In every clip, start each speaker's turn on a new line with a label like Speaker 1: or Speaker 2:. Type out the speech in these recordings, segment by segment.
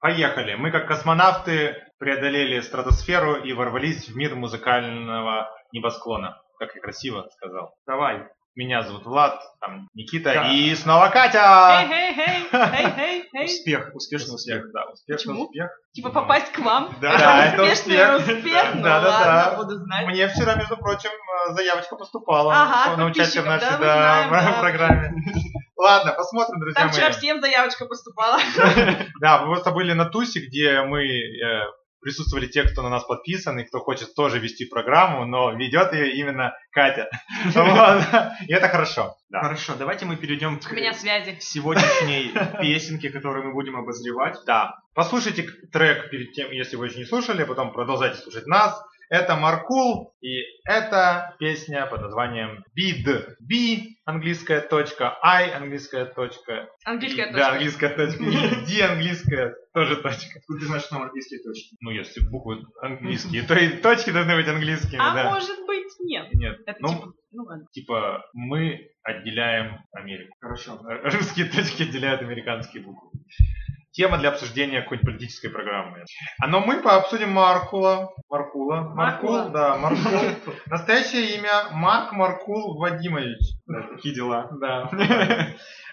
Speaker 1: Поехали. Мы как космонавты преодолели стратосферу и ворвались в мир музыкального небосклона. Как я красиво сказал.
Speaker 2: Давай.
Speaker 1: Меня зовут Влад, там Никита
Speaker 2: Да.
Speaker 1: и снова Катя.
Speaker 3: Эй-эй-эй, эй-эй, эй.
Speaker 1: Успех,
Speaker 2: Успешный успех.
Speaker 1: да, успешный
Speaker 3: Почему?
Speaker 1: успех.
Speaker 3: Типа попасть к вам.
Speaker 1: Да, да, это
Speaker 3: Успешный
Speaker 1: успех.
Speaker 3: успех, ну
Speaker 1: Да, да, да.
Speaker 3: ладно, буду знать.
Speaker 1: Мне вчера, между прочим, э, заявочка поступала
Speaker 3: Ага,
Speaker 1: на участие в нашей
Speaker 3: подписчиков,
Speaker 1: да,
Speaker 3: да, мы знаем, да.
Speaker 1: программе. Ладно, посмотрим, друзья
Speaker 3: Там
Speaker 1: мои.
Speaker 3: вчера всем заявочка поступала.
Speaker 1: Да, мы просто были на тусе, где мы э, присутствовали те, кто на нас подписан, и кто хочет тоже вести программу, но ведет ее именно Катя. Вот. И это хорошо. Да.
Speaker 2: Хорошо, давайте мы перейдем к
Speaker 3: У меня связи.
Speaker 2: сегодняшней песенке, которую мы будем обозревать.
Speaker 1: Да. Послушайте к- трек перед тем, если вы еще не слушали, а потом продолжайте слушать нас. Это Маркул, и это песня под названием Bid. B английская точка, I английская точка,
Speaker 3: Английская
Speaker 1: да,
Speaker 3: точка.
Speaker 1: английская точка, и D английская тоже точка.
Speaker 2: Откуда Ну, ты знаешь, что там английские точки?
Speaker 1: ну, если буквы английские, то и точки должны быть английскими,
Speaker 3: А
Speaker 1: да.
Speaker 3: может быть, нет.
Speaker 1: Нет,
Speaker 3: Это
Speaker 1: Ну.
Speaker 3: типа, ну ладно.
Speaker 1: типа мы отделяем Америку.
Speaker 2: Хорошо.
Speaker 1: Э, Русские точки отделяют американские буквы. Тема для обсуждения какой-нибудь политической программы. А но мы пообсудим Маркула. Маркула. Маркул,
Speaker 3: Маркула.
Speaker 1: да, Маркул. Настоящее имя Марк Маркул Вадимович.
Speaker 2: Такие Э, дела.
Speaker 1: Да.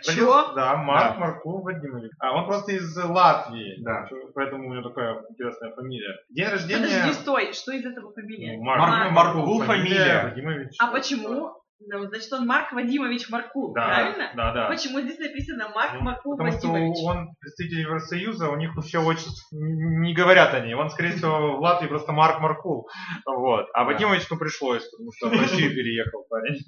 Speaker 3: Чего?
Speaker 1: Да, Марк
Speaker 2: Да.
Speaker 1: Маркул Вадимович. А он просто из Латвии.
Speaker 2: Да.
Speaker 1: Поэтому у него такая интересная фамилия. День рождения...
Speaker 3: Подожди, стой, что из этого фамилия?
Speaker 1: Ну, Марк-
Speaker 3: Марк-
Speaker 2: Маркул фамилия.
Speaker 1: Вадимович.
Speaker 3: А почему? Да, Значит, он Марк Вадимович Маркул,
Speaker 1: Да,
Speaker 3: правильно?
Speaker 1: Да, да.
Speaker 3: Почему здесь написано Марк Маркул
Speaker 1: Потому что
Speaker 3: Вадимович?
Speaker 1: он представитель Евросоюза, у них вообще отчество н- не говорят они. Он, скорее всего, в Латвии просто Марк Маркул. Вот. А
Speaker 2: Да.
Speaker 1: Вадимович, ну, пришлось, потому что в Россию переехал парень.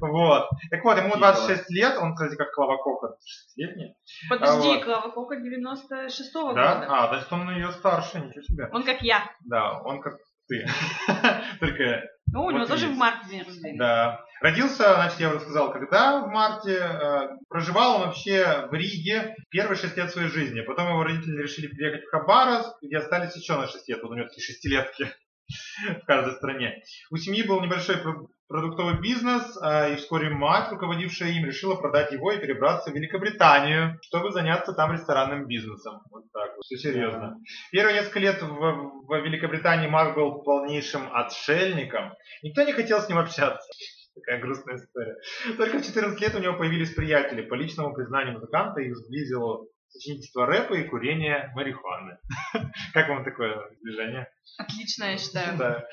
Speaker 1: Вот. Так вот, ему
Speaker 2: Идея.
Speaker 1: 26 лет, он, кстати, как Клава Кока, 26-летний. а
Speaker 3: Подожди,
Speaker 1: вот.
Speaker 3: Клава Кока 96-го
Speaker 1: Да?
Speaker 3: года.
Speaker 1: А, значит, он ее старше, ничего себе.
Speaker 3: Он как я.
Speaker 1: Да, он как ты. Только
Speaker 3: Ну, у
Speaker 1: Вот
Speaker 3: него тоже в
Speaker 1: видишь.
Speaker 3: марте день рождения.
Speaker 1: Да. Родился, значит, я уже сказал, когда в марте. э, Проживал он вообще в Риге первые шесть лет своей жизни. Потом его родители решили переехать в Хабаровск, где остались еще на шесть лет. Вот у него такие шестилетки в каждой стране. У семьи был небольшой про- продуктовый бизнес, э, и вскоре мать, руководившая им, решила продать его и перебраться в Великобританию, чтобы заняться там ресторанным бизнесом. Вот так вот, все серьезно. Первые несколько лет в, в Великобритании Марк был полнейшим отшельником. Никто не хотел с ним общаться. Такая грустная история. Только в 14 лет у него появились приятели. По личному признанию музыканта их сблизило сочинительство рэпа и курение марихуаны. Как вам такое движение?
Speaker 3: Отлично, я считаю.
Speaker 1: Да.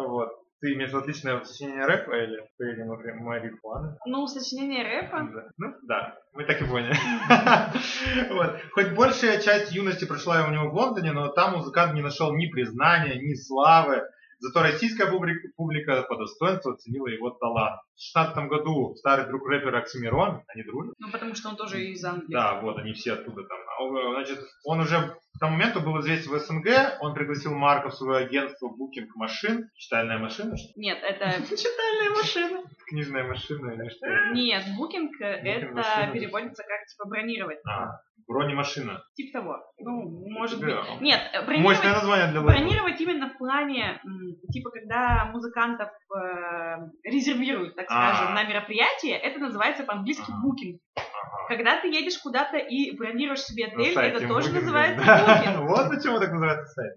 Speaker 1: Вот. Ты имеешь в виду отличное сочинение рэпа или курение мари- марихуаны?
Speaker 3: Ну, сочинение рэпа.
Speaker 1: Да. Ну, да. Мы так и поняли. Вот. Хоть большая часть юности прошла у него в Лондоне, но там музыкант не нашел ни признания, ни славы. Зато российская публика, публика по достоинству оценила его талант. В 16 году старый друг рэпера Оксимирон, они дружат?
Speaker 3: Ну, потому что он тоже из Англии.
Speaker 1: Да, вот они все оттуда там. А, э, Значит, он уже к тому моменту был известен в СНГ, он пригласил Марка в свое агентство Booking Машин, читальная машина, что ли?
Speaker 3: Нет, это... Читальная машина.
Speaker 1: книжная машина или что ли?
Speaker 3: Нет, букинг э,
Speaker 1: машина.
Speaker 3: это переводится как, типа, бронировать.
Speaker 1: А, бронемашина.
Speaker 3: Типа того. Ну, может
Speaker 1: Да.
Speaker 3: быть. Нет, э,
Speaker 1: Мощное
Speaker 3: бронировать...
Speaker 1: название для лейбла.
Speaker 3: Бронировать именно в плане, м, типа, когда музыкантов э, резервируют, так
Speaker 1: А.
Speaker 3: скажем, на мероприятие, это называется по-английски
Speaker 1: Ага.
Speaker 3: букинг.
Speaker 1: Ага.
Speaker 3: Когда ты едешь куда-то и бронируешь себе
Speaker 1: На
Speaker 3: отель,
Speaker 1: сайте
Speaker 3: это тоже
Speaker 1: Booking,
Speaker 3: называется
Speaker 1: да.
Speaker 3: букинг.
Speaker 1: Вот почему так называется сайт.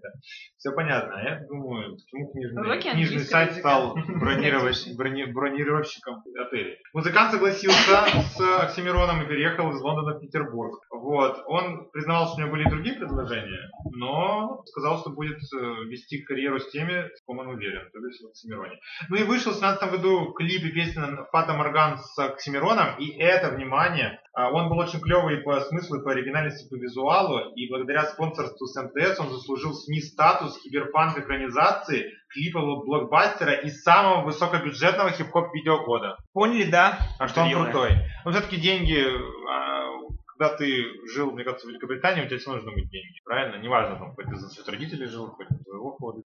Speaker 1: Все понятно. А Я думаю, почему книжный,
Speaker 3: Уроки
Speaker 1: книжный
Speaker 3: английского
Speaker 1: сайт
Speaker 3: языка.
Speaker 1: стал бронировать, брони- бронировщиком отелей. Музыкант согласился с Оксимироном и переехал из Лондона в Петербург. Вот. Он признавал, что у него были и другие предложения, но сказал, что будет э, вести карьеру с теми, с кем он уверен, то есть в Оксимироне. Ну и вышел в 17 году клип песни Фата Морган с Оксимироном, и это, внимание, а, он был очень клевый по смыслу, и по оригинальности, по визуалу, и благодаря спонсорству с МТС он заслужил в СМИ статус киберпанк-экранизации, клипового блокбастера и самого высокобюджетного хип-хоп видео года.
Speaker 2: Поняли, да?
Speaker 1: А что он
Speaker 2: Триллер.
Speaker 1: крутой. Но все-таки деньги, а, когда ты жил, мне кажется, в Великобритании, у тебя все равно должны быть деньги, правильно? Неважно, там, хоть ты за счет родителей жил, хоть твоего хода.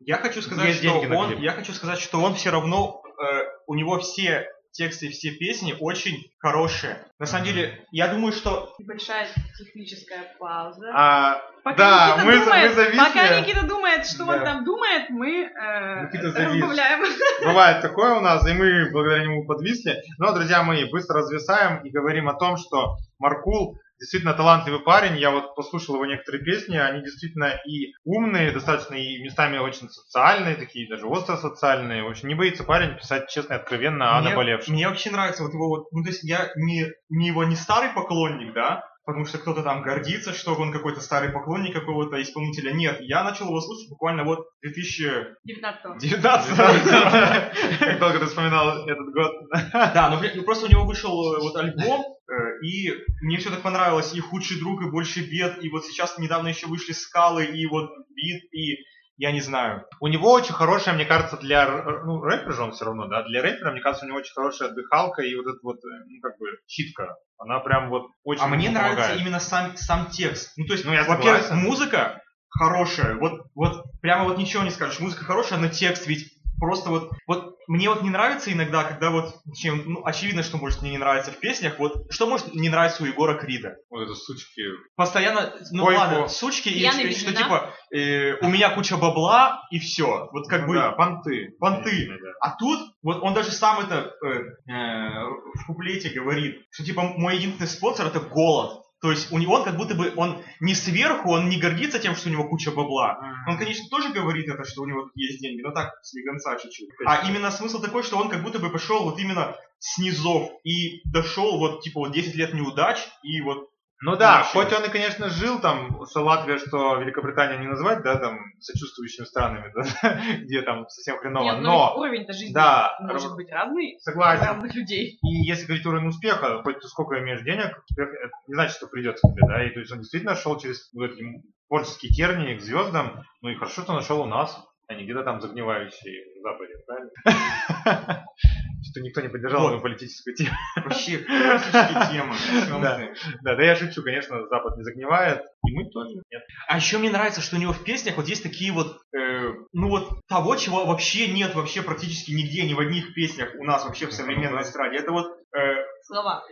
Speaker 2: Я хочу сказать,
Speaker 1: Есть
Speaker 2: что
Speaker 1: деньги на
Speaker 2: он,
Speaker 1: клип.
Speaker 2: я хочу сказать, что он все равно, э, у него все тексты и все песни очень хорошие. На самом деле, я думаю, что
Speaker 3: Небольшая техническая пауза.
Speaker 1: А,
Speaker 3: Пока
Speaker 1: Да,
Speaker 3: Никита
Speaker 1: мы за-
Speaker 3: думает,
Speaker 1: мы зависли.
Speaker 3: пока Никита думает, что
Speaker 1: Да.
Speaker 3: он там думает, мы э,
Speaker 1: Никита завис.
Speaker 3: разбавляем.
Speaker 1: Бывает такое у нас, и мы благодаря нему подвисли. Но, друзья мои, быстро развисаем и говорим о том, что Маркул действительно талантливый парень. Я вот послушал его некоторые песни, они действительно и умные, достаточно и местами очень социальные, такие даже остро социальные. В общем, не боится парень писать честно и откровенно о
Speaker 2: Мне-
Speaker 1: наболевшем.
Speaker 2: Мне вообще нравится вот его вот, ну то есть я не, не его не старый поклонник, да, потому что кто-то там гордится, что он какой-то старый поклонник какого-то исполнителя. Нет, я начал его слушать буквально вот 2019
Speaker 3: 19
Speaker 1: Как долго ты вспоминал этот год?
Speaker 2: Да, ну, бля, ну, просто у него вышел э, вот альбом, э, и мне все так понравилось, и «Худший друг», и «Больше бед», и вот сейчас недавно еще вышли «Скалы», и вот «Бит», и я не знаю.
Speaker 1: У него очень хорошая, мне кажется, для р- р- ну, рэпера же он все равно, да, для рэпера, мне кажется, у него очень хорошая дыхалка и вот эта вот, э, ну, как бы, щитка. Она прям вот очень
Speaker 2: а мне
Speaker 1: помогает.
Speaker 2: нравится именно сам, сам текст. Ну, то есть,
Speaker 1: Ну, я
Speaker 2: во-первых,
Speaker 1: согласен.
Speaker 2: музыка хорошая, вот, вот прямо вот ничего не скажешь, музыка хорошая, но текст ведь просто вот, вот мне вот не нравится иногда, когда вот, чем, ну, очевидно, что может мне не нравится в песнях, вот, что может не нравится у Егора Крида?
Speaker 1: Вот это сучки.
Speaker 2: постоянно, ну
Speaker 1: Койку.
Speaker 2: ладно, сучки, и,
Speaker 3: Пьяными
Speaker 2: что
Speaker 3: времена.
Speaker 2: типа э, у меня куча бабла и все, вот как
Speaker 1: Ну
Speaker 2: бы.
Speaker 1: да, понты.
Speaker 2: понты.
Speaker 1: Конечно, да.
Speaker 2: А тут вот он даже сам это э, э, в куплете говорит, что типа мой единственный спонсор это голод. То есть у него он как будто бы он не сверху, он не гордится тем, что у него куча бабла. Он, конечно, тоже говорит это, что у него есть деньги, но так слегонца чуть-чуть. А именно смысл такой, что он как будто бы пошел вот именно снизов и дошел вот типа вот 10 лет неудач и вот
Speaker 1: Ну да,
Speaker 2: Вообще.
Speaker 1: хоть он и, конечно, жил там, с Латвия, что Великобританию не назвать, да, там, сочувствующими странами, да, где там совсем хреново,
Speaker 3: Нет, ну ведь
Speaker 1: но,
Speaker 3: уровень-то жизни
Speaker 1: да,
Speaker 3: может быть разный у
Speaker 1: согласен,
Speaker 3: разных людей.
Speaker 1: И если говорить уровень успеха, хоть ты сколько имеешь денег, успех это не значит, что придется тебе, да. И то есть он действительно шел через вот эти творческие тернии к звездам. Ну и хорошо, что нашел у нас, а не где-то там загнивающие в Западе, правильно? Что никто не поддержал
Speaker 2: Вот.
Speaker 1: мою политическую тему.
Speaker 2: Вообще, классические темы. о чём
Speaker 1: Да.
Speaker 2: ты?
Speaker 1: Да, да я шучу, конечно, Запад не загнивает, и мы тоже. Нет.
Speaker 2: А еще мне нравится, что у него в песнях вот есть такие вот, э, ну вот того, чего вообще нет вообще практически нигде, ни в одних песнях у нас вообще в современной эстраде. Это вот э,
Speaker 3: Слова.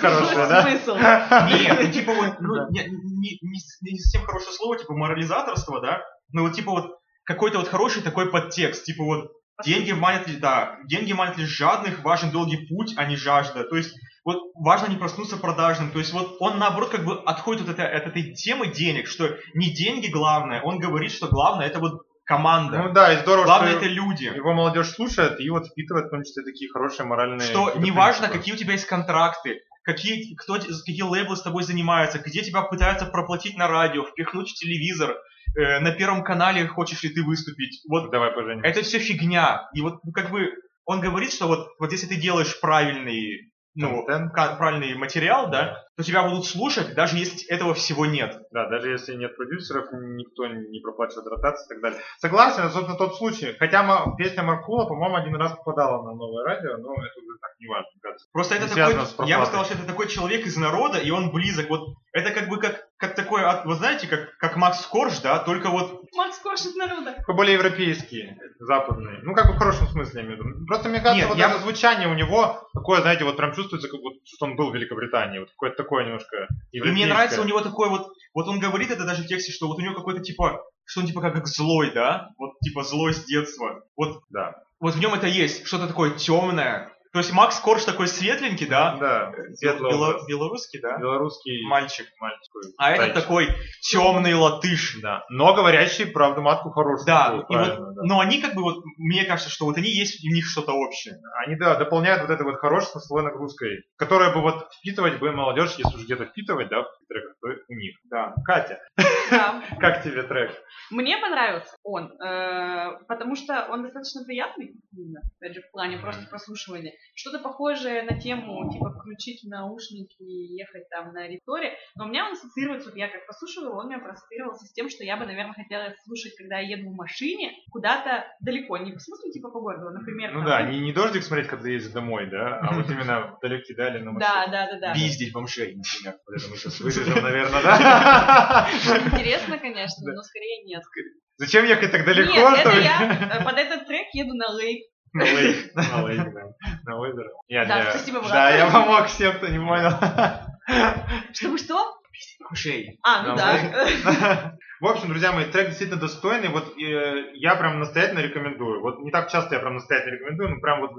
Speaker 1: Хорошая, да?
Speaker 3: Смысл.
Speaker 2: нет, ну, типа вот,
Speaker 1: Да.
Speaker 2: ну, не, не- не с- не совсем хорошее слово, типа морализаторство, да, но вот типа вот какой-то вот хороший такой подтекст, типа вот деньги манят, ли- да, деньги манят лишь жадных, важен долгий путь, а не жажда. То есть вот важно не проснуться продажным. То есть вот он наоборот как бы отходит от этой, от этой темы денег, что не деньги главное, он говорит, что главное это вот команда,
Speaker 1: Ну да, и здорово,
Speaker 2: главное это
Speaker 1: что
Speaker 2: люди.
Speaker 1: его молодежь слушает и вот впитывает в том числе такие хорошие моральные...
Speaker 2: Что
Speaker 1: какие-то
Speaker 2: неважно,
Speaker 1: принципы.
Speaker 2: какие у тебя есть контракты, какие, кто, те- какие лейблы с тобой занимаются, где тебя пытаются проплатить на радио, впихнуть в телевизор, э, на первом канале хочешь ли ты выступить. Вот
Speaker 1: Давай поженимся.
Speaker 2: Это все фигня. И вот, ну, как бы, он говорит, что вот, вот если ты делаешь правильный, ну,
Speaker 1: Контент.
Speaker 2: ка- правильный материал, да, то тебя будут слушать, даже если этого всего нет.
Speaker 1: Да, даже если нет продюсеров, никто не проплачивает ротации и так далее. Согласен, это, собственно, тот случай. Хотя ма- песня Маркула, по-моему, один раз попадала на новое радио, но это уже так не важно. кажется.
Speaker 2: Просто это
Speaker 1: Не
Speaker 2: такой,
Speaker 1: связано с проплатой.
Speaker 2: я бы сказал, что это такой человек из народа, и он близок. Вот это как бы как, как такой, от- вы знаете, как, как Макс Корж, да, только вот,
Speaker 3: Макс Корж из народа.
Speaker 1: Такой более европейский, западный. Ну, как бы в хорошем смысле, я имею в виду. Просто, мне кажется,
Speaker 2: Нет,
Speaker 1: вот
Speaker 2: я
Speaker 1: даже звучание у него такое, знаете, вот прям чувствуется, как будто что он был в Великобритании. Вот какое-то такое немножко
Speaker 2: и мне нравится у
Speaker 1: него...
Speaker 2: него такой вот, вот он говорит это даже в тексте, что вот у него какой-то типа, что он типа как, как злой, да, вот типа злой с детства. Вот,
Speaker 1: Да.
Speaker 2: вот в нем это есть, что-то такое темное. То есть Макс Корж такой светленький, да,
Speaker 1: Да, светлый
Speaker 2: Бело-
Speaker 1: образ.
Speaker 2: белорусский, да?
Speaker 1: э, Белорусский
Speaker 2: Мальчик.
Speaker 1: мальчик.
Speaker 2: А этот
Speaker 1: Зайчик.
Speaker 2: такой темный латыш.
Speaker 1: Да. Но говорящий, правда, матку хорошую.
Speaker 2: Да,
Speaker 1: такую,
Speaker 2: и вот,
Speaker 1: правильно, да.
Speaker 2: но они как бы вот, мне кажется, что вот они есть, у них что-то общее.
Speaker 1: они да, дополняют вот это вот хорошее смысловой нагрузкой, которая бы вот впитывать бы молодежь, если уж где-то впитывать, да, в треках, то у них.
Speaker 2: Да.
Speaker 1: Катя,
Speaker 3: Да.
Speaker 1: как тебе трек?
Speaker 3: Мне понравился он, э, потому что он достаточно приятный, именно, опять же, в плане просто прослушивания. Что-то похожее на тему, типа, включить в наушники и ехать там на ректоре. Но у меня он ассоциируется, вот я как послушала, его, он у меня проассоциировался с тем, что я бы, наверное, хотела слушать, когда я еду в машине куда-то далеко. Не в смысле, типа, по городу, а, например.
Speaker 1: Ну
Speaker 3: там,
Speaker 1: да, не, не дождик смотреть, когда ездишь домой, да, а вот именно далекие дали на
Speaker 3: Да, да, да, да.
Speaker 2: Пиздить бомжей, например.
Speaker 1: Вот это мы сейчас вырежем, наверное, да?
Speaker 3: Интересно, конечно, но скорее нет.
Speaker 1: Зачем ехать так далеко?
Speaker 3: Нет,
Speaker 1: что
Speaker 3: это
Speaker 1: ли?
Speaker 3: я э, под этот трек еду на лейк.
Speaker 1: На лейк, на лейк, да. На озеро. Я
Speaker 3: Да,
Speaker 1: для-
Speaker 3: спасибо, Влад.
Speaker 1: Да, я помог всем, кто не понял.
Speaker 3: Чтобы что?
Speaker 2: Бомжей.
Speaker 3: А, ну
Speaker 1: На
Speaker 3: да.
Speaker 1: В общем, друзья мои, трек действительно достойный. Вот э, я прям настоятельно рекомендую. Вот не так часто я прям настоятельно рекомендую, но прям вот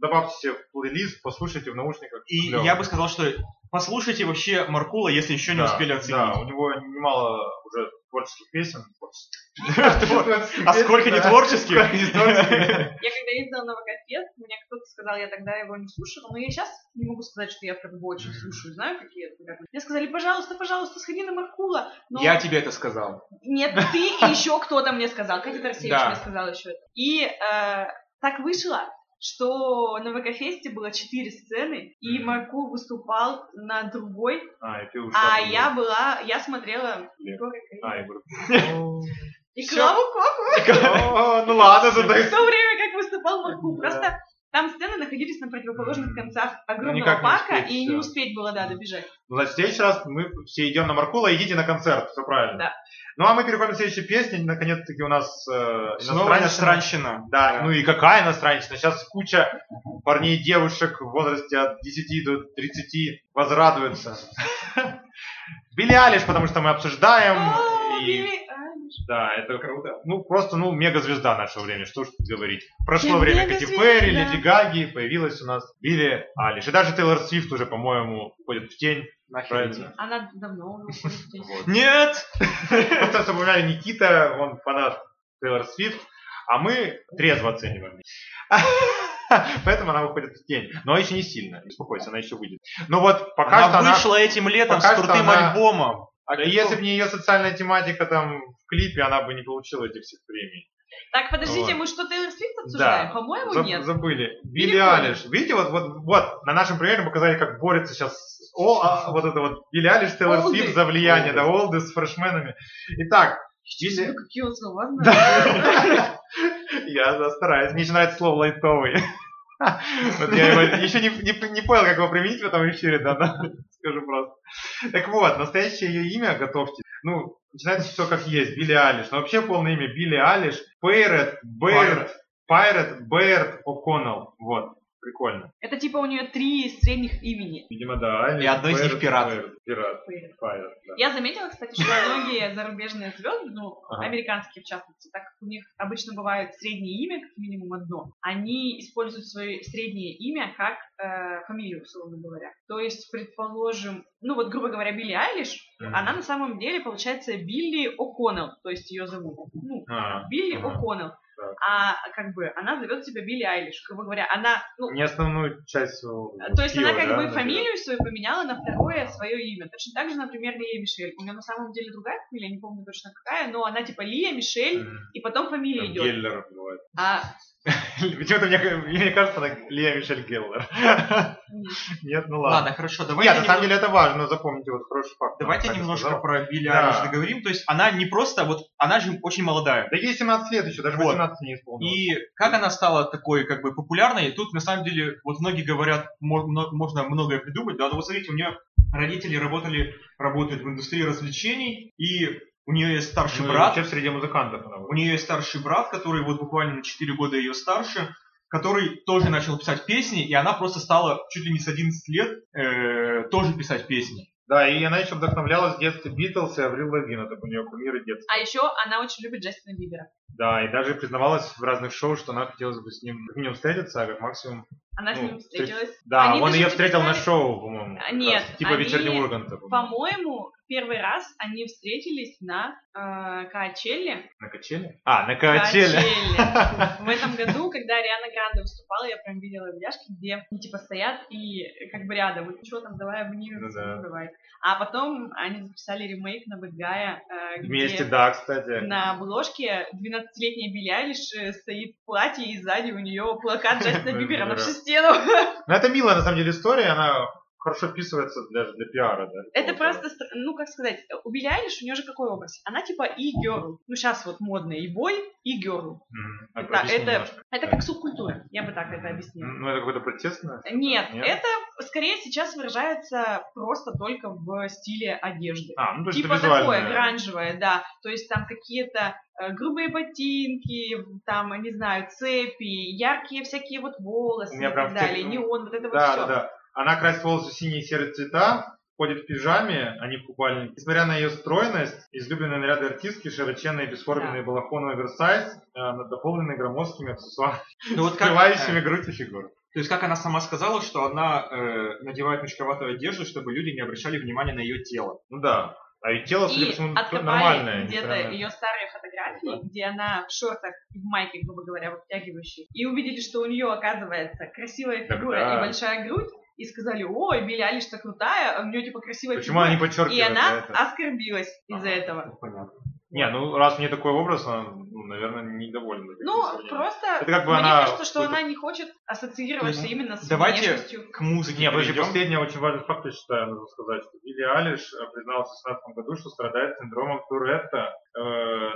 Speaker 1: добавьте себе в плейлист, послушайте в наушниках.
Speaker 2: И
Speaker 1: Клёво.
Speaker 2: я бы сказал, что Послушайте вообще Маркула, если еще не
Speaker 1: Да,
Speaker 2: успели
Speaker 1: Да,
Speaker 2: оценить.
Speaker 1: у него немало уже творческих песен.
Speaker 2: А сколько не творческих?
Speaker 3: Я когда ездила на вакафест, мне кто-то сказал, я тогда его не слушала, но я сейчас не могу сказать, что я прям его очень слушаю, знаю, какие это. как бы. Мне сказали, пожалуйста, пожалуйста, сходи на Маркула. Но
Speaker 2: Я тебе это сказал.
Speaker 3: Нет, ты и еще кто-то мне сказал, Катя Тарасевич
Speaker 2: Да.
Speaker 3: мне сказала еще это. И э, так вышло, что на ВК-фесте было четыре сцены, и
Speaker 1: Мгм.
Speaker 3: Маркул выступал на другой,
Speaker 1: А, и ты ушла.
Speaker 3: а я была, я смотрела...
Speaker 1: Лев.
Speaker 3: Егора Крида.
Speaker 1: А, я говорю,
Speaker 3: И
Speaker 2: всё.
Speaker 3: Клаву Коку
Speaker 1: «О, ну ладно,
Speaker 3: в
Speaker 1: тогда.
Speaker 3: то время, как выступал Маркул.
Speaker 1: Да.
Speaker 3: Просто там сцены находились на противоположных
Speaker 1: Мгм. Ну,
Speaker 3: концах
Speaker 1: никак
Speaker 3: огромного
Speaker 1: не
Speaker 3: парка,
Speaker 1: успеть,
Speaker 3: и
Speaker 1: всё.
Speaker 3: не успеть было, да, добежать.
Speaker 1: Ну, значит, в следующий раз мы все идем на Маркула, идите на концерт, все правильно.
Speaker 3: Да.
Speaker 1: Ну, а мы переходим к следующей песне, наконец-таки у нас э,
Speaker 2: Снова
Speaker 1: иностранщина.
Speaker 2: странщина.
Speaker 1: Да, ну и какая иностранщина? Сейчас куча парней и девушек в возрасте от 10 до 30 возрадуются. Билли Алиш, потому что мы обсуждаем.
Speaker 3: О,
Speaker 1: и-
Speaker 3: А, Билли Айлиш.
Speaker 1: Да, это круто. Ну, просто, ну, мега-звезда нашего времени, что уж тут говорить. Прошло
Speaker 3: Я
Speaker 1: время Кати
Speaker 3: мегазвезда.
Speaker 1: Перри, Леди Гаги, появилась у нас Билли Алиш. И даже Тейлор Свифт уже, по-моему, уходит в тень.
Speaker 2: Нахер
Speaker 1: Правильно.
Speaker 3: Она давно уже уходит в тень.
Speaker 2: эти. Нет!
Speaker 1: Просто вспоминали Никита, он фанат Тейлор Свифт, а мы трезво оцениваем. Поэтому она выходит в тень. Но еще не сильно. Не Успокойся, она еще выйдет. Но вот пока что
Speaker 2: Она
Speaker 1: она...
Speaker 2: вышла этим летом
Speaker 1: пока
Speaker 2: с
Speaker 1: что
Speaker 2: крутым
Speaker 1: она-
Speaker 2: альбомом.
Speaker 1: Да Если бы не ее социальная тематика там в клипе, она бы не получила этих всех премий.
Speaker 3: Так, подождите,
Speaker 1: Вот.
Speaker 3: мы что, Тейлор Свифт обсуждаем?
Speaker 1: Да.
Speaker 3: По-моему,
Speaker 1: Заб-
Speaker 3: Ну, нет.
Speaker 1: Забыли. Билли
Speaker 3: Переходим.
Speaker 1: Алиш. Видите, вот, вот, вот на нашем примере мы показали, как борется сейчас о, а, вот это вот Билли Алиш, Тейлор
Speaker 3: Олды.
Speaker 1: Свифт за влияние,
Speaker 2: Олды.
Speaker 1: да, Олды с фрешменами. Итак, Билли-
Speaker 3: Ну, Какие он слова знает.
Speaker 1: Я стараюсь. Мне еще нравится слово лайтовый. Вот я его еще не, не- не понял, как его применить в этом эфире, да, да, скажу просто. Так вот, настоящее ее имя, готовьте. Ну, начинается все как есть, Билли Алиш. Но вообще полное имя Билли Алиш, Пейрет, Бейрт, Пайрет, Бейрт, О'Коннелл. Вот, прикольно.
Speaker 3: Это типа у нее три средних имени.
Speaker 1: Видимо, да, Алиш,
Speaker 2: И одно из них
Speaker 1: Бейрет,
Speaker 2: пират.
Speaker 1: Бейрт, Пират, Пайрет, да.
Speaker 3: Я заметила, кстати, что многие зарубежные звезды, ну,
Speaker 1: Ага.
Speaker 3: американские в частности, так как у них обычно бывает среднее имя, как минимум одно, они используют свое среднее имя как э, фамилию, условно говоря. То есть, предположим, ну вот, грубо говоря, Билли Айлиш,
Speaker 1: Мгм.
Speaker 3: она на самом деле получается Билли О'Коннелл, то есть ее зовут. Ну,
Speaker 1: А,
Speaker 3: Билли
Speaker 1: Ага.
Speaker 3: О'Коннелл.
Speaker 1: Так.
Speaker 3: А как бы она зовет себя Билли Айлиш, грубо говоря, она, ну,
Speaker 1: Не основную часть своего
Speaker 3: Э, то есть она
Speaker 1: скилла,
Speaker 3: как
Speaker 1: да, она
Speaker 3: бы
Speaker 1: берет.
Speaker 3: фамилию свою поменяла на второе свое имя. Точно так же, например, Лия Мишель. У нее на самом деле другая фамилия, не помню точно какая, но она типа Лия Мишель,
Speaker 1: Мгм.
Speaker 3: и потом фамилия
Speaker 1: Там
Speaker 3: идет.
Speaker 1: Геллер бывает.
Speaker 3: А,
Speaker 1: Почему-то мне, мне кажется, она Лия Мишель Геллер.
Speaker 3: нет.
Speaker 1: Нет, ну ладно.
Speaker 2: Ладно, хорошо,
Speaker 1: Нет,
Speaker 2: давайте
Speaker 1: на самом
Speaker 2: немного-
Speaker 1: деле это важно, запомните вот хороший факт.
Speaker 2: Давайте
Speaker 1: Катя
Speaker 2: немножко
Speaker 1: сказала.
Speaker 2: про Билли
Speaker 1: Да.
Speaker 2: Айлиш договорим. То есть она не просто, вот она же очень молодая.
Speaker 1: Да ей 17 лет еще, даже
Speaker 2: Вот.
Speaker 1: 18 не исполнилось.
Speaker 2: И как она стала такой как бы популярной, тут на самом деле вот многие говорят, мо- мно- можно многое придумать, да, но вот смотрите, у нее родители работали, работают в индустрии развлечений, и у нее есть старший
Speaker 1: Ну, и
Speaker 2: брат,
Speaker 1: вообще в среде музыкантов ну, она
Speaker 2: у
Speaker 1: была.
Speaker 2: нее есть старший брат, который вот буквально на 4 года ее старше, который тоже начал писать песни, и она просто стала чуть ли не с 11 лет э, тоже писать песни.
Speaker 1: Да, и она еще вдохновлялась в детстве Битлз и Аврил Лавин, это у нее кумиры детства.
Speaker 3: А еще она очень любит Джастина Бибера.
Speaker 1: Да, и даже признавалась в разных шоу, что она хотелось бы с ним как минимум встретиться, а как максимум...
Speaker 3: Она с
Speaker 1: Ну,
Speaker 3: ним встретилась.
Speaker 1: Да,
Speaker 3: Они
Speaker 1: он
Speaker 3: даже
Speaker 1: ее встретил на
Speaker 3: записали-
Speaker 1: шоу, по-моему.
Speaker 3: А,
Speaker 1: как
Speaker 3: нет,
Speaker 1: раз. Типа
Speaker 3: они-
Speaker 1: вечерний Урганта, по-моему.
Speaker 3: По-моему, первый раз они встретились на э, Коачелле.
Speaker 1: На качели? А, на качели.
Speaker 3: Коачелле. В этом году, когда Риана Гранде выступала, я прям видела видяшки, где они типа стоят и как бы рядом. Вот что там, давай
Speaker 1: Ну
Speaker 3: обнимемся,
Speaker 1: да.
Speaker 3: ну, давай. А потом они записали ремейк на Бэтгая, э, где
Speaker 1: Вместе, да, кстати.
Speaker 3: на обложке 12-летняя Билли Айлиш э, стоит в платье, и сзади у нее плакат Джастина Бибера на всю стену.
Speaker 1: Но Ну, это милая, на самом деле, история, она хорошо вписывается даже для пиара. да.
Speaker 3: Это
Speaker 1: Вот,
Speaker 3: просто, стра- ну как сказать, у Билли Айлиш у нее же какой образ? Она типа и герл. Ну сейчас вот модно и бой, и герл.
Speaker 1: Мгм.
Speaker 3: Это-
Speaker 1: Объясни
Speaker 3: это-
Speaker 1: немножко.
Speaker 3: Это как субкультура, я бы так это объяснила.
Speaker 1: Ну, это какое-то протестное?
Speaker 3: Нет,
Speaker 1: Нет?
Speaker 3: это скорее сейчас выражается просто только в стиле одежды.
Speaker 1: А, ну то есть
Speaker 3: типа
Speaker 1: это визуальное.
Speaker 3: такое, гранжевое, да. То есть там какие-то э, грубые ботинки, там, не знаю, цепи, яркие всякие вот волосы
Speaker 1: У
Speaker 3: и
Speaker 1: меня прям
Speaker 3: так далее,
Speaker 1: текст, ну,
Speaker 3: неон, вот это вот
Speaker 1: Да,
Speaker 3: все.
Speaker 1: да, да. Она красит волосы в синие и серые цвета, ходит в пижаме, а не в купальнике. Несмотря на ее стройность, излюбленные наряды артистки, широченные бесформенные балахоны оверсайз, э, дополнены громоздкими аксессуарами,
Speaker 2: Ну вот как,
Speaker 1: скрывающими
Speaker 2: э,
Speaker 1: грудь и фигуру.
Speaker 2: То есть, как она сама сказала, что она э, надевает мешковатую одежду, чтобы люди не обращали внимания на ее тело.
Speaker 1: Ну да. А ведь тело, судя
Speaker 3: И
Speaker 1: по всему, нормальное.
Speaker 3: откопали
Speaker 1: не
Speaker 3: где-то
Speaker 1: прям-
Speaker 3: ее старые фотографии, где она в шортах и в майке, грубо говоря, обтягивающей. И увидели, что у нее, оказывается, красивая
Speaker 1: Так
Speaker 3: фигура
Speaker 1: да.
Speaker 3: и большая грудь. И сказали, ой, Билли Алиш-то крутая, а у нее типа красивая
Speaker 1: Почему
Speaker 3: фигура.
Speaker 1: они подчеркивают
Speaker 3: И она
Speaker 1: это?
Speaker 3: оскорбилась из-за
Speaker 2: Ага,
Speaker 3: этого.
Speaker 2: ну, Понятно.
Speaker 1: Не, ну раз мне такой образ, она, ну, наверное, недовольна. таким
Speaker 3: Ну,
Speaker 1: сравнением.
Speaker 3: просто
Speaker 1: Это как бы
Speaker 3: мне
Speaker 1: она
Speaker 3: кажется, что
Speaker 1: какой-то-
Speaker 3: она не хочет ассоциироваться
Speaker 2: Мгм.
Speaker 3: именно с
Speaker 2: Давайте-
Speaker 3: внешностью.
Speaker 2: К музыке
Speaker 1: Не, подожди,
Speaker 2: перейдем.
Speaker 1: последнее очень важный факт, я считаю, нужно сказать, что Билли Алиш э, призналась в 2016 году, что страдает синдромом Туретта. Э,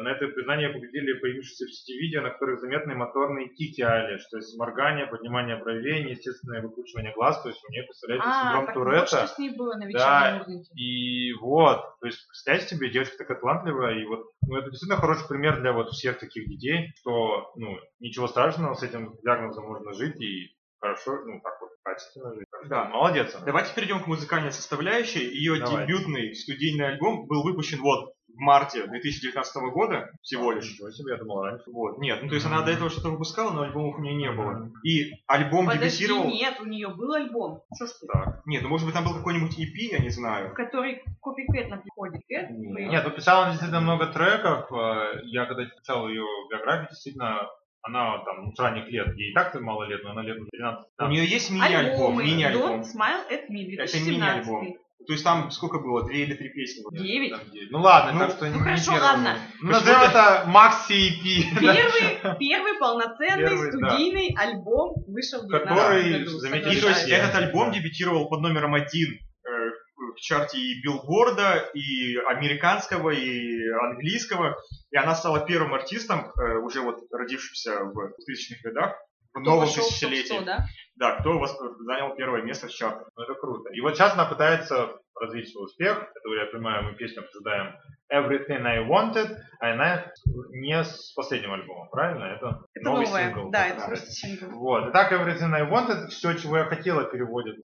Speaker 1: на это признание победили появившиеся в сети видео, на которых заметны моторные тики Алиш, то есть моргание, поднимание бровей, неестественное выкручивание глаз, то есть у нее, представляете,
Speaker 3: А,
Speaker 1: синдром
Speaker 3: так вот,
Speaker 1: Туретта.
Speaker 3: что с ней было на
Speaker 1: Да,
Speaker 3: вечернем Урганте.
Speaker 1: И вот, то есть, представьте себе, девочка такая талантливая, и вот, ну, это действительно хороший пример для вот всех таких детей, что, ну, ничего страшного, с этим диагнозом можно жить и хорошо, ну, так вот, качественно жить. Так что
Speaker 2: Да.
Speaker 1: Молодец. она.
Speaker 2: Давайте перейдем к музыкальной составляющей. Ее
Speaker 1: Давайте.
Speaker 2: дебютный студийный альбом был выпущен вот в марте 2019 года всего лишь.
Speaker 1: Ничего себе, я думал раньше.
Speaker 2: Вот, нет, ну то есть она до этого что-то выпускала, но альбомов у нее не было.
Speaker 1: Мгм.
Speaker 2: И альбом
Speaker 3: Подожди,
Speaker 2: дебютировал...
Speaker 3: нет, у нее был альбом, Что ж ты,
Speaker 2: Так, нет, ну может быть там был какой-нибудь EP, я не
Speaker 3: в
Speaker 2: знаю.
Speaker 3: который копикет находит. Кэт,
Speaker 2: Нет.
Speaker 3: мы-
Speaker 1: Нет, ну, писала она действительно много треков. э, Я когда читал ее биографию, действительно, она там, ну, с ранних лет, ей и так-то мало лет, но она лет 13
Speaker 2: У нее есть мини-альбом,
Speaker 3: Альбомы.
Speaker 2: мини-альбом.
Speaker 3: Don't Smile at Me,
Speaker 2: Это мини-альбом.
Speaker 3: 2017.
Speaker 2: То есть там сколько было, две или три песни? было?
Speaker 3: Девять.
Speaker 1: там, где- Ну ладно,
Speaker 2: Ну,
Speaker 1: так что...
Speaker 3: ну,
Speaker 1: не
Speaker 3: хорошо,
Speaker 1: первый.
Speaker 3: ладно.
Speaker 1: Ну, назовем это Макси EP. да.
Speaker 3: Первый, первый полноценный
Speaker 1: Первый, да.
Speaker 3: студийный альбом вышел в 19
Speaker 1: Который,
Speaker 3: году.
Speaker 1: заметьте,
Speaker 2: И то есть
Speaker 1: Да.
Speaker 2: этот альбом
Speaker 1: Да.
Speaker 2: дебютировал под номером один э, в чарте и билборда, и американского, и английского. И она стала первым артистом, э, уже вот родившимся в 2000-х годах, в новом тысячелетии.
Speaker 3: да?
Speaker 2: Да, кто вас занял первое место в чартах.
Speaker 1: Ну, это круто. И вот сейчас она пытается развить свой успех. Это, я понимаю, мы песню обсуждаем Everything I Wanted, а она не с последнего альбома, правильно? Это,
Speaker 3: Это
Speaker 1: новый
Speaker 3: новое.
Speaker 1: сингл.
Speaker 3: да,
Speaker 1: так
Speaker 3: это
Speaker 1: сказать.
Speaker 3: просто сингл.
Speaker 1: Вот. Итак, Everything I Wanted, все, чего я хотела, переводится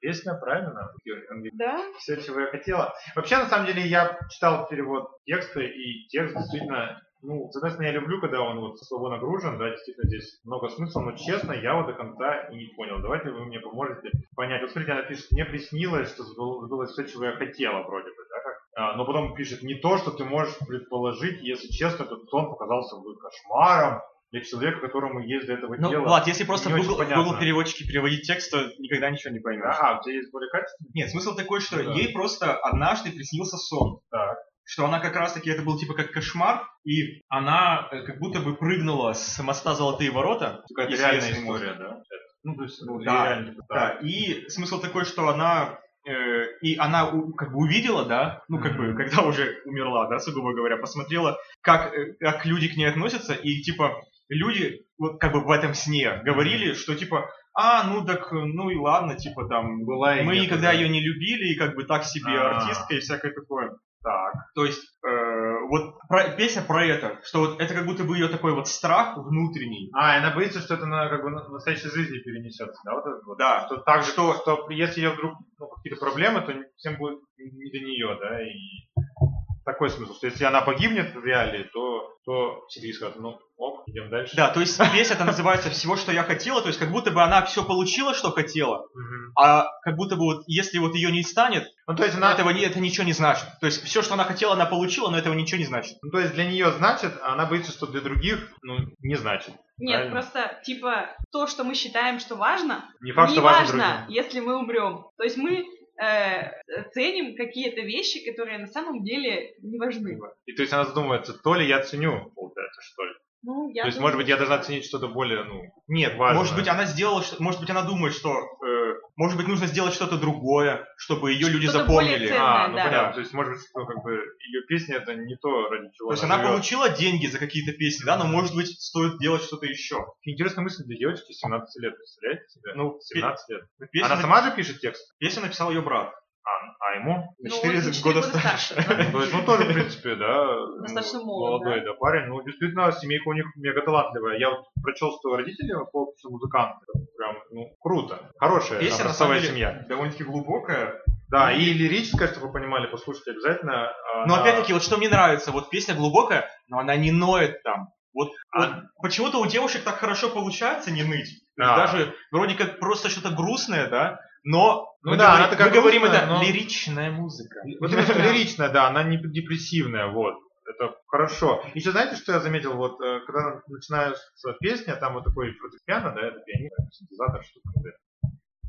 Speaker 1: песня, правильно?
Speaker 3: Да,
Speaker 1: Все, чего я хотела. Вообще, на самом деле, я читал перевод текста, и текст действительно ну, соответственно, я люблю, когда он вот слово нагружен, да, действительно здесь много смысла, но честно, я вот до конца и не понял. Давайте вы мне поможете понять. Вот смотрите, она пишет, мне приснилось, что сбыл- сбылось все, чего я хотела, вроде бы, да, как? А, но потом пишет, не то, что ты можешь предположить, если честно, этот сон показался бы кошмаром для человека, которому есть для этого
Speaker 2: Ну,
Speaker 1: дело.
Speaker 2: Влад, если просто в
Speaker 1: не очень
Speaker 2: Google, в
Speaker 1: понятно.
Speaker 2: Google переводчики переводить текст, то никогда ничего не поймешь.
Speaker 1: А, у тебя есть более качественный?
Speaker 2: Нет, смысл такой, что
Speaker 1: Да.
Speaker 2: ей просто однажды приснился сон.
Speaker 1: Так.
Speaker 2: Что она как раз таки, это был типа как кошмар, и она э, как будто бы прыгнула с моста Золотые Ворота.
Speaker 1: Какая-то
Speaker 2: Если
Speaker 1: реальная
Speaker 2: если можно.
Speaker 1: история, да? Ну, то есть, ну,
Speaker 2: да,
Speaker 1: реально.
Speaker 2: Да, и смысл такой, что она э, и она у- как бы увидела, да, ну как бы,
Speaker 1: Мгм.
Speaker 2: когда уже умерла, да, сугубо говоря, посмотрела, как, э, как люди к ней относятся, и типа люди вот как бы в этом сне говорили, что типа, а, ну так, э, ну и ладно, типа там,
Speaker 1: Была и
Speaker 2: мы
Speaker 1: нету,
Speaker 2: никогда
Speaker 1: да.
Speaker 2: ее не любили, и как бы так себе
Speaker 1: А.
Speaker 2: артистка и всякое такое. Так. То есть, э, вот про- песня про это, что вот это как будто бы ее такой вот страх внутренний.
Speaker 1: А, и она боится, что это на, как бы, на- в настоящей жизни перенесется, да? Вот это вот.
Speaker 2: Да.
Speaker 1: Что так же,
Speaker 2: Что-
Speaker 1: что, если ее вдруг ну, какие-то проблемы, то всем будет не до нее, да? И такой смысл, что если она погибнет в реалии, то, то все скажут, ну, ок, идем дальше.
Speaker 2: Да, то есть песня это называется «Всего, что я хотела», то есть как будто бы она все получила, что хотела,
Speaker 1: Мгм.
Speaker 2: а как будто бы вот если вот ее не станет,
Speaker 1: Ну, то есть
Speaker 2: она
Speaker 1: она
Speaker 2: этого не, это ничего не значит. То есть все, что она хотела, она получила, но этого ничего не значит.
Speaker 1: ну, то есть для нее значит, а она боится, что для других, ну, не значит.
Speaker 3: Нет,
Speaker 1: Правильно.
Speaker 3: просто типа то, что мы считаем, что важно,
Speaker 1: Не факт,
Speaker 3: не
Speaker 1: что важно,
Speaker 3: важно,
Speaker 1: другим.
Speaker 3: если мы умрем. То есть мы э, ценим какие-то вещи, которые на самом деле не важны.
Speaker 1: И то есть она задумывается, то ли я ценю, получается, что ли.
Speaker 3: Ну, я
Speaker 1: то есть,
Speaker 3: думаю,
Speaker 1: может быть, я
Speaker 3: что-
Speaker 1: должна ценить что-то более, ну,
Speaker 2: Нет,
Speaker 1: Важно.
Speaker 2: может быть, она сделала, что- может быть, она думает, что, э, может быть, нужно сделать что-то другое, чтобы ее люди
Speaker 3: Что-то
Speaker 2: запомнили.
Speaker 3: более ценное.
Speaker 1: А, ну
Speaker 3: да.
Speaker 1: понятно. То есть, может быть, что как бы ее песня это не то, ради чего.
Speaker 2: То есть она
Speaker 1: живет.
Speaker 2: получила деньги за какие-то песни, да, но может быть стоит делать что-то еще.
Speaker 1: Интересная мысль для девочки 17 лет, представляете себе?
Speaker 2: Ну,
Speaker 1: 17 лет.
Speaker 2: Песню,
Speaker 1: Она сама же пишет текст?
Speaker 2: песню написал ее брат.
Speaker 1: А, а ему?
Speaker 2: На
Speaker 3: Ну, он
Speaker 2: 4
Speaker 3: на четыре
Speaker 2: года
Speaker 3: года
Speaker 2: старше.
Speaker 3: старше,
Speaker 1: Ну, то есть, ну, тоже, в принципе, да.
Speaker 3: Достаточно
Speaker 1: ну,
Speaker 3: молод,
Speaker 1: Молодой, да, парень. Ну, действительно, семейка у них мега талантливая. Я вот прочел, что родители по музыканты. Прям, ну, круто. Хорошая
Speaker 2: Песня, на самом
Speaker 1: образцовая
Speaker 2: деле,
Speaker 1: семья. Ну,
Speaker 2: довольно-таки глубокая.
Speaker 1: Да, и лирическая, чтобы вы понимали, послушайте обязательно.
Speaker 2: Но
Speaker 1: Она-
Speaker 2: опять-таки, вот что мне нравится, вот песня глубокая, но она не ноет там. Вот, вот почему-то у девушек так хорошо получается не ныть.
Speaker 1: Да.
Speaker 2: Даже вроде как просто что-то грустное, да, но
Speaker 1: Ну
Speaker 2: мы,
Speaker 1: да,
Speaker 2: говорим,
Speaker 1: она такая
Speaker 2: мы говорим,
Speaker 1: грустная,
Speaker 2: это
Speaker 1: но-
Speaker 2: лиричная музыка.
Speaker 1: Вот именно что лиричная, да, она не депрессивная, вот. Это хорошо. Еще знаете, что я заметил, вот, э, когда начинается песня, там вот такой фортепиано, да, это пианино, синтезатор, что-то такое.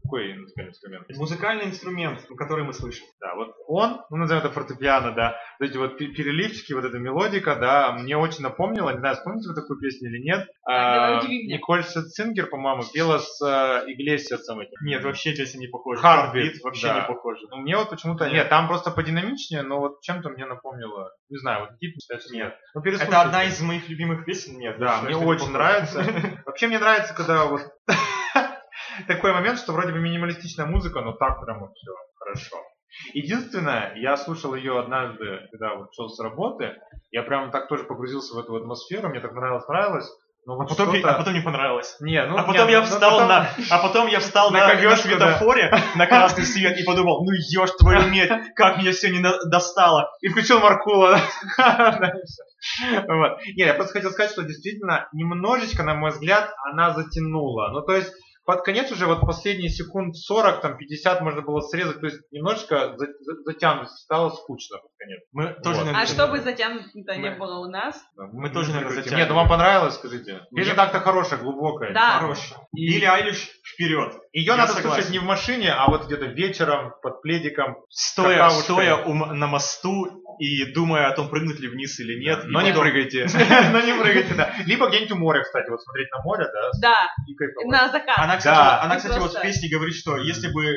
Speaker 1: Такой музыкальный инструмент.
Speaker 2: Музыкальный инструмент, который мы слышим.
Speaker 1: Да, вот он, ну, назовем это фортепиано, да, вот эти вот пе- переливчики, вот эта мелодика, да, мне очень напомнила, не знаю, вспомните вы такую песню или нет,
Speaker 3: давай,
Speaker 1: А,
Speaker 3: удиви меня.
Speaker 1: Николь Сингер, по-моему, пела с э, Иглесиасом этим.
Speaker 2: Нет, вообще песня не похожа.
Speaker 1: Heartbeat,
Speaker 2: Heartbeat вообще
Speaker 1: да.
Speaker 2: не похожа.
Speaker 1: Ну, мне вот почему-то... Нет.
Speaker 2: Нет.
Speaker 1: там просто подинамичнее, но вот чем-то мне напомнило. Не знаю, вот Никит, сейчас нет. Ну, переслушайте.
Speaker 2: Это одна из моих любимых песен? Нет.
Speaker 1: Да, мне
Speaker 2: конечно, не
Speaker 1: очень
Speaker 2: похожа.
Speaker 1: нравится. Вообще мне нравится, когда вот такой момент, что вроде бы минималистичная музыка, но так прям вот все хорошо. Единственное, я слушал ее однажды, когда вот шел с работы, я прям так тоже погрузился в эту атмосферу, мне так нравилось, нравилось. Но
Speaker 2: А
Speaker 1: вот
Speaker 2: потом,
Speaker 1: что-то...
Speaker 2: а потом не понравилось.
Speaker 1: Не, ну,
Speaker 2: а потом
Speaker 1: не,
Speaker 2: я
Speaker 1: ну,
Speaker 2: встал
Speaker 1: потом-
Speaker 2: на, а потом я встал
Speaker 1: На
Speaker 2: на, на
Speaker 1: ковёршку,
Speaker 2: светофоре на красный свет и подумал, ну ешь твою медь, как меня сегодня на- достало.
Speaker 1: И включил Маркула. Вот. Не, я просто хотел сказать, что действительно немножечко, на мой взгляд, она затянула. Ну, то есть, под конец уже вот последние секунд 40, там, 50 можно было срезать. То есть, немножечко за- за- затянуть стало скучно под конец.
Speaker 2: Мы тоже,
Speaker 1: Вот.
Speaker 2: наверное,
Speaker 3: А чтобы затянуто не
Speaker 2: Мы-
Speaker 3: было у нас,
Speaker 1: Мы
Speaker 2: тоже, наверное, затягиваем.
Speaker 1: Нет, ну вам понравилось, скажите.
Speaker 2: Мне-
Speaker 1: Песня так-то хорошая, глубокая.
Speaker 3: Да.
Speaker 2: хорошая.
Speaker 1: И-
Speaker 2: Или Айлиш вперед.
Speaker 1: Ее
Speaker 2: Я
Speaker 1: надо
Speaker 2: согласен.
Speaker 1: слушать не в машине, а вот где-то вечером, под пледиком.
Speaker 2: Стоя,
Speaker 1: Какаушка.
Speaker 2: стоя у м- на мосту и думая о том, прыгнуть ли вниз или нет. и
Speaker 1: но не
Speaker 2: потом-
Speaker 1: прыгайте. Но не прыгайте, да. Либо где-нибудь у моря, кстати, вот смотреть на море, да,
Speaker 3: да,
Speaker 1: и кайфовать.
Speaker 3: на закат.
Speaker 2: Она, кстати,
Speaker 1: Да.
Speaker 2: она,
Speaker 3: Ну,
Speaker 2: кстати вот
Speaker 3: просто-
Speaker 2: в песне говорит, что если бы э,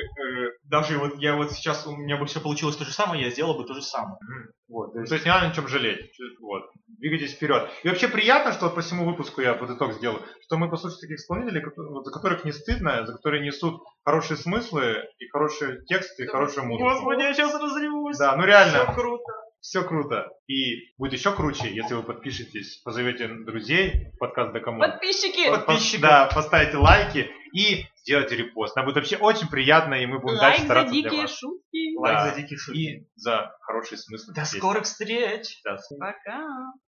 Speaker 2: даже вот я вот сейчас у меня бы все получилось то же самое, я сделал бы то же самое.
Speaker 1: Мгм.
Speaker 2: Вот, то
Speaker 1: Ну,
Speaker 2: есть
Speaker 1: То есть не надо ни о чем жалеть. Вот. Двигайтесь вперед. И вообще приятно, что по всему выпуску я под итог сделал, что мы послушали таких исполнителей, кото- вот за которых не стыдно, за которые несут хорошие смыслы и хорошие тексты, и хорошую музыку.
Speaker 2: Господи, я сейчас разревусь.
Speaker 1: Да, ну
Speaker 2: Все
Speaker 1: реально,
Speaker 2: круто.
Speaker 1: все круто. И будет еще круче, если вы подпишетесь, позовете друзей, в подкаст до кому.
Speaker 3: Подписчики,
Speaker 2: подписчиков.
Speaker 1: Да, поставите лайки и сделайте репост. Нам будет вообще очень приятно, и мы будем дальше
Speaker 3: лайк за
Speaker 1: стараться для
Speaker 3: дикие
Speaker 1: вас.
Speaker 3: шутки.
Speaker 1: Да.
Speaker 2: Лайк за дикие шутки.
Speaker 1: И за хороший смысл.
Speaker 2: До скорых встреч!
Speaker 3: Пока.